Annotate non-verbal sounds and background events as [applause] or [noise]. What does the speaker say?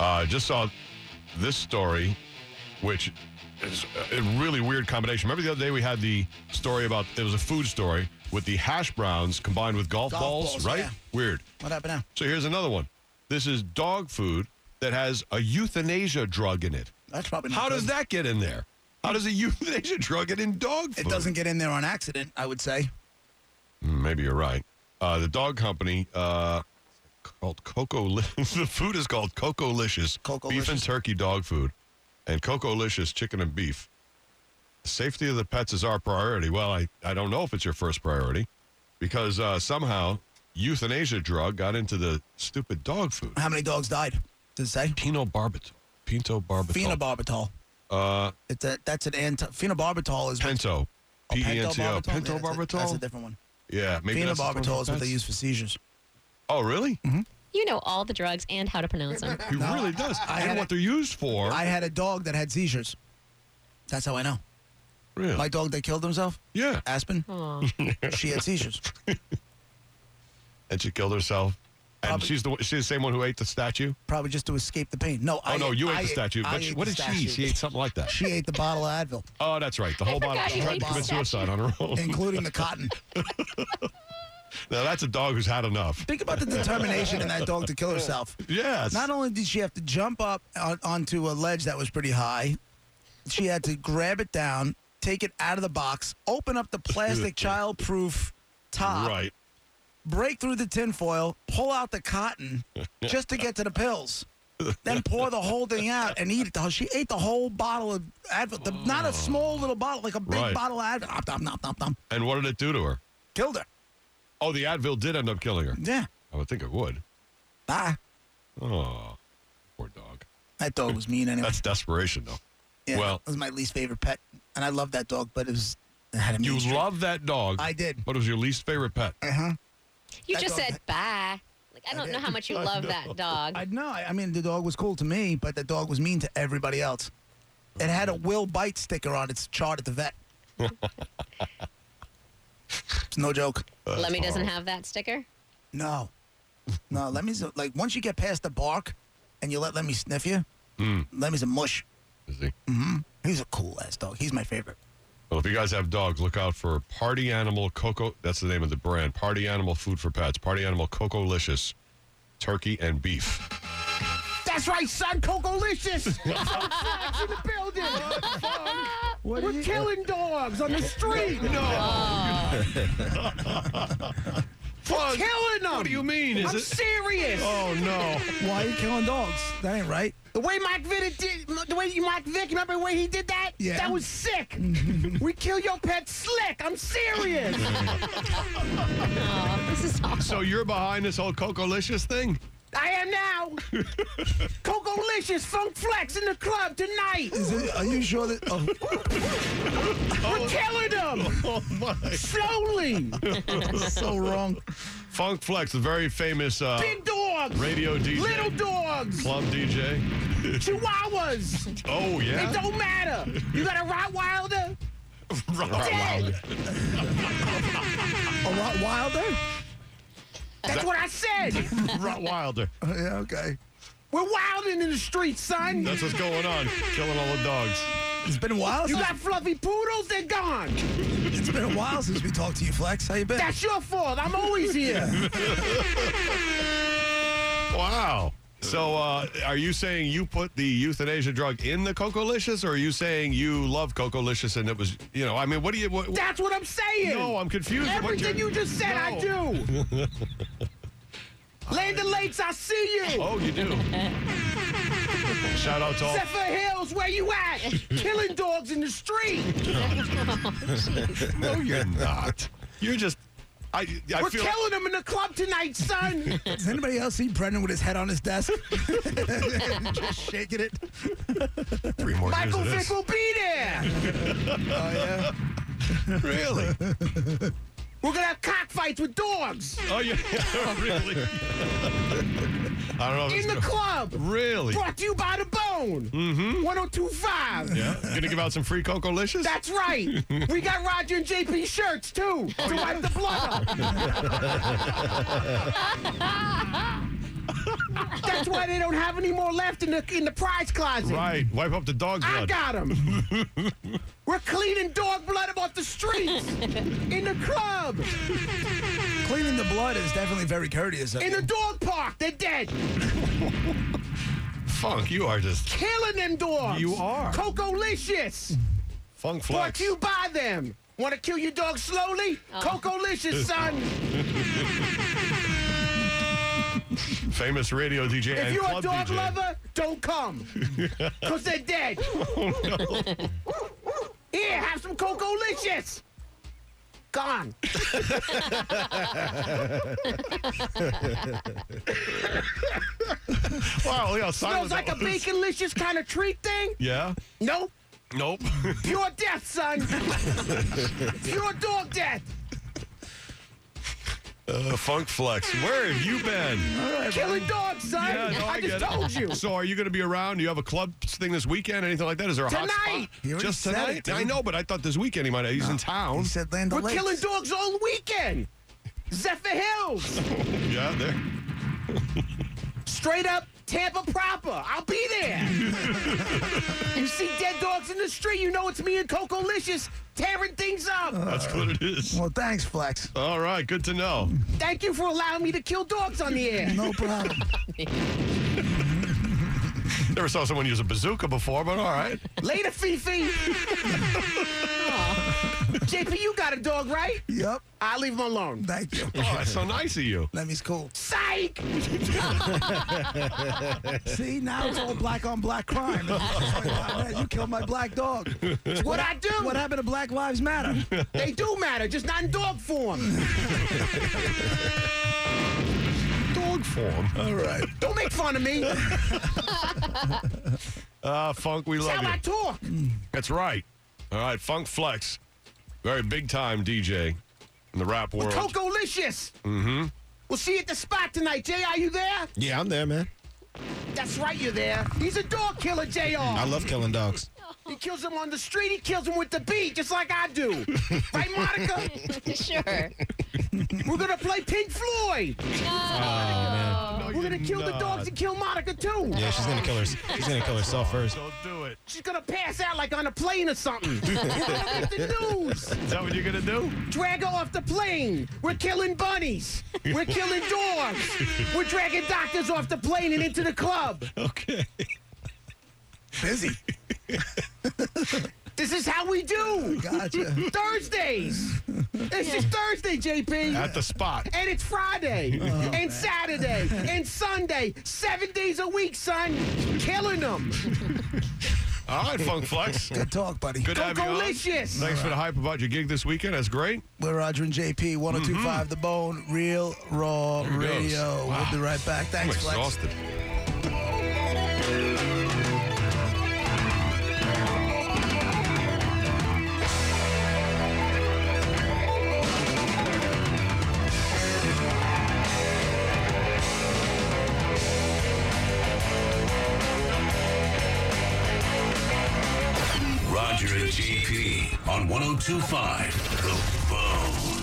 Uh, just saw this story, which is a really weird combination. Remember the other day we had the story about it was a food story with the hash browns combined with golf, Golf balls, balls, right? yeah. Weird. What happened now? So here's another one. This is dog food that has a euthanasia drug in it. That's probably not How does good. that get in there? How does a [laughs] euthanasia drug get in dog food? It doesn't get in there on accident, I would say. Mm, Maybe you're right. Uh, the dog company uh, called Coco. Li- [laughs] the food is called Coco Licious. Beef and Cocolicious. turkey dog food, and Coco Licious chicken and beef. Safety of the pets is our priority. Well, I, I don't know if it's your first priority, because uh, somehow euthanasia drug got into the stupid dog food. How many dogs died? Does it say? Penobarbital. Pinto barbital. Phenobarbital. Uh, It's a, that's an anti. Phenobarbital is. Pento. Oh, P E N T O. pentobarbital? Yeah, that's a- That's a Pentobarbital. different one. Yeah, maybe that's the one Phenobarbital for is what they pets. use for seizures. Oh, really? You know all the drugs and how to pronounce [laughs] them. He really does. I and had what it- they're used for. I had a dog that had seizures. That's how I know. really? My dog that killed himself, yeah. Aspen, Aw. she had seizures. And she killed herself. And Probably- she's the she's the same one who ate the statue. Probably just to escape the pain. No, Oh I no, you ate I the statue. I But she, ate what the did she? eat? statue. She ate something like that. She ate the bottle of Advil, Oh, that's right. The whole bottle. forgot She you tried ate to the commit statue. suicide on her own. including the [laughs] cotton. now that's a dog who's had enough. Think about the determination in that dog to kill herself. Yes. Not only did she have to jump up on, onto a ledge that was pretty high, she had to grab it down, take it out of the box, open up the plastic child-proof top, right. break through the tinfoil, pull out [laughs] the cotton just to get to the pills, then pour the whole thing out and eat it. The whole- She ate the whole bottle of Advil, the, not a small little bottle, like a big Oh. Right. bottle of Advil. Om, nom, nom, nom, nom. And what did it do to her? Killed her. Oh, the Advil did end up killing her. Yeah. I would think it would. Bye. Oh, poor dog. That dog was [laughs] mean anyway. That's desperation, though. Yeah, well- it was my least favorite pet, and I loved that dog, but it was it had a mean You streak. love that dog. I did. But it was your least favorite pet. You That just dog- said bye. Like I don't know how much you love that dog. I know. I I mean, the dog was cool to me, but the dog was mean to everybody else. It had a will bite sticker on its chart at the vet. it's no joke. Lemmy doesn't horrible. have that [laughs] sticker. No, no. Lemmy's a, like once you get past the bark, and you let Lemmy sniff you. Lemmy's a mush. Is he? He's a cool ass dog. He's my favorite. Well, if you guys have dogs, look out for Party Animal Coco. That's the name of the brand. Party Animal Food for Pets. Party Animal Coco Licious. Turkey and beef. That's right, son. [laughs] Cocolicious. in the building. We're killing dogs on the street. No. Fun. Killing them. What do you mean? Is I'm it? serious. oh no. Why are you killing dogs? That ain't right. The way Mike Vick did, the way you- Mike Vick, remember the way he did that? Yeah. That [laughs] was sick. we kill your pet slick. I'm serious. [laughs] Oh, this is awful. So you're behind this whole Coco Licious thing? [laughs] I am now. Coco Licious, Funk Flex in the club tonight. Is it, are you sure that? Oh, [laughs] We're [laughs] killing them Oh my. [laughs] slowly. so wrong. Funk Flex, the very famous uh, Big dogs, radio DJ, little dogs, club DJ. Chihuahuas. Oh It yeah. don't matter. You got a Rottweiler? Rottweiler. A lot wilder? That's what I said. Rottweiler. Uh, Yeah, okay. We're wilding in the streets, son. That's what's going on. Killing all the dogs. It's been a while. You Since, got fluffy poodles, they're gone. it's been a while since we talked to you, Flex. How you been? That's your fault. I'm always here. Wow. So, uh, are you saying you put the euthanasia drug in the Coco Licious, or are you saying you love Coco Licious and it was, you know, I mean, what do you? What, That's what I'm saying. no, I'm confused. What Everything you're- you just said, I No. do. [laughs] Land the Lakes, I see you. Oh, you [laughs] do. Shout out to all. Zephyr Hills, where you at? Killing dogs in the street. No, you're not. You're just. I. I We're feel. killing them in the club [laughs] tonight, son. Does anybody else see Brendan with his head on his desk? [laughs] Just shaking it. three more years Michael of Vick this. will be there. Oh, Really? We're gonna have cockfights with dogs Oh, yeah. [laughs] really? I don't know. If it's in gonna- the club. Really? Brought to you by the Bone. Mm-hmm. 1025. Yeah. Gonna give out some free Coco Licious. That's right. We got Roger and JP shirts too Oh, to wipe the blood up. That's why they don't have any more left in the in the prize closet. Right. Wipe up the dog's I blood. [laughs] got him. We're cleaning dog blood up off the streets, in the club, Cleaning the blood is definitely very courteous. Of in the you. dog park. They're dead. Funk, you are just Killing them dogs. You are. Coco Licious. funk Brought flex. to you by them. Want to kill your dog slowly? Coco [laughs] Licious, son. Famous radio DJ If and you're a club dog DJ. lover, don't come. Because they're dead. Oh, Here, have some Coco Licious. [laughs] Gone. [laughs] Wow, yeah, silence. Smells like a bacon licious kind of treat thing? Yeah. Nope. [laughs] Nope. Pure death, son. [laughs] Pure dog death. uh, funk flex. Where have you been? Killing dogs, son. no, I, get just it. told [laughs] you. So, are you going to be around? Do you have a club thing this weekend? Anything like that? Is there a hot Tonight. spot? He already Just said tonight. it, dude. I know, but I thought this weekend he might. He's in town. He said Land We're O'Lakes. killing dogs all weekend. Zephyr Hills. yeah. There. Straight up Tampa proper. I'll be [laughs] there. you see dead dogs in the street, you know it's me and Coco Licious tearing things up. That's what it [laughs] is. Well, thanks, Flex. All right. Good to know. Thank you for allowing me to kill dogs on the [laughs] air. [laughs] No problem. Never saw someone use a bazooka before, but all right. Later, [laughs] Fifi. JP, you got a dog, right? yep. I'll leave him alone. Thank you. Oh, that's so nice of you. Lemmy's cool. Psych! See, now it's all black on black crime. "Oh, you killed my black dog. What I do? What happened to Black Lives Matter? They do matter, just not in dog form. Dog form. [laughs] All right. Don't make fun of me. That's Ah, Funk, we love how you. I talk. That's right. All right, Funk Flex, very big time DJ in the rap world. Coco Licious. Mm-hmm. We'll see you at the spot tonight. Jay, are you there? Yeah, I'm there, man. That's right, you're there. He's a dog killer, JR. I love killing dogs. he kills him on the street, he kills him with the beat, just like I do. right, Monica? sure. We're gonna play Pink Floyd. No. No, We're gonna you're kill the not. dogs and kill Monica too. Yeah, she's gonna kill her. She's gonna kill herself first. Don't do it. She's gonna pass out like on a plane or something. We're gonna make the news. Is that what you're gonna do? Drag her off the plane. We're killing bunnies. We're killing dogs. We're dragging doctors off the plane and into the club. Okay. Busy. This is how we do. Gotcha. Thursdays. It's just Thursday, JP. At the spot. and [laughs] it's Oh, Friday and Saturday and Sunday. Seven days a week, son. Killing them. All right, Funk [laughs] Flex. Good talk, buddy. Good to have you on. Delicious. Thanks for the hype about your gig this weekend. That's great. We're Roger and JP, 1025 The Bone, Real Raw it Mm-hmm. goes. Radio. Wow. We'll be right back. I'm Thanks, Flex. exhausted. Roger and JP on 1025 The Bone.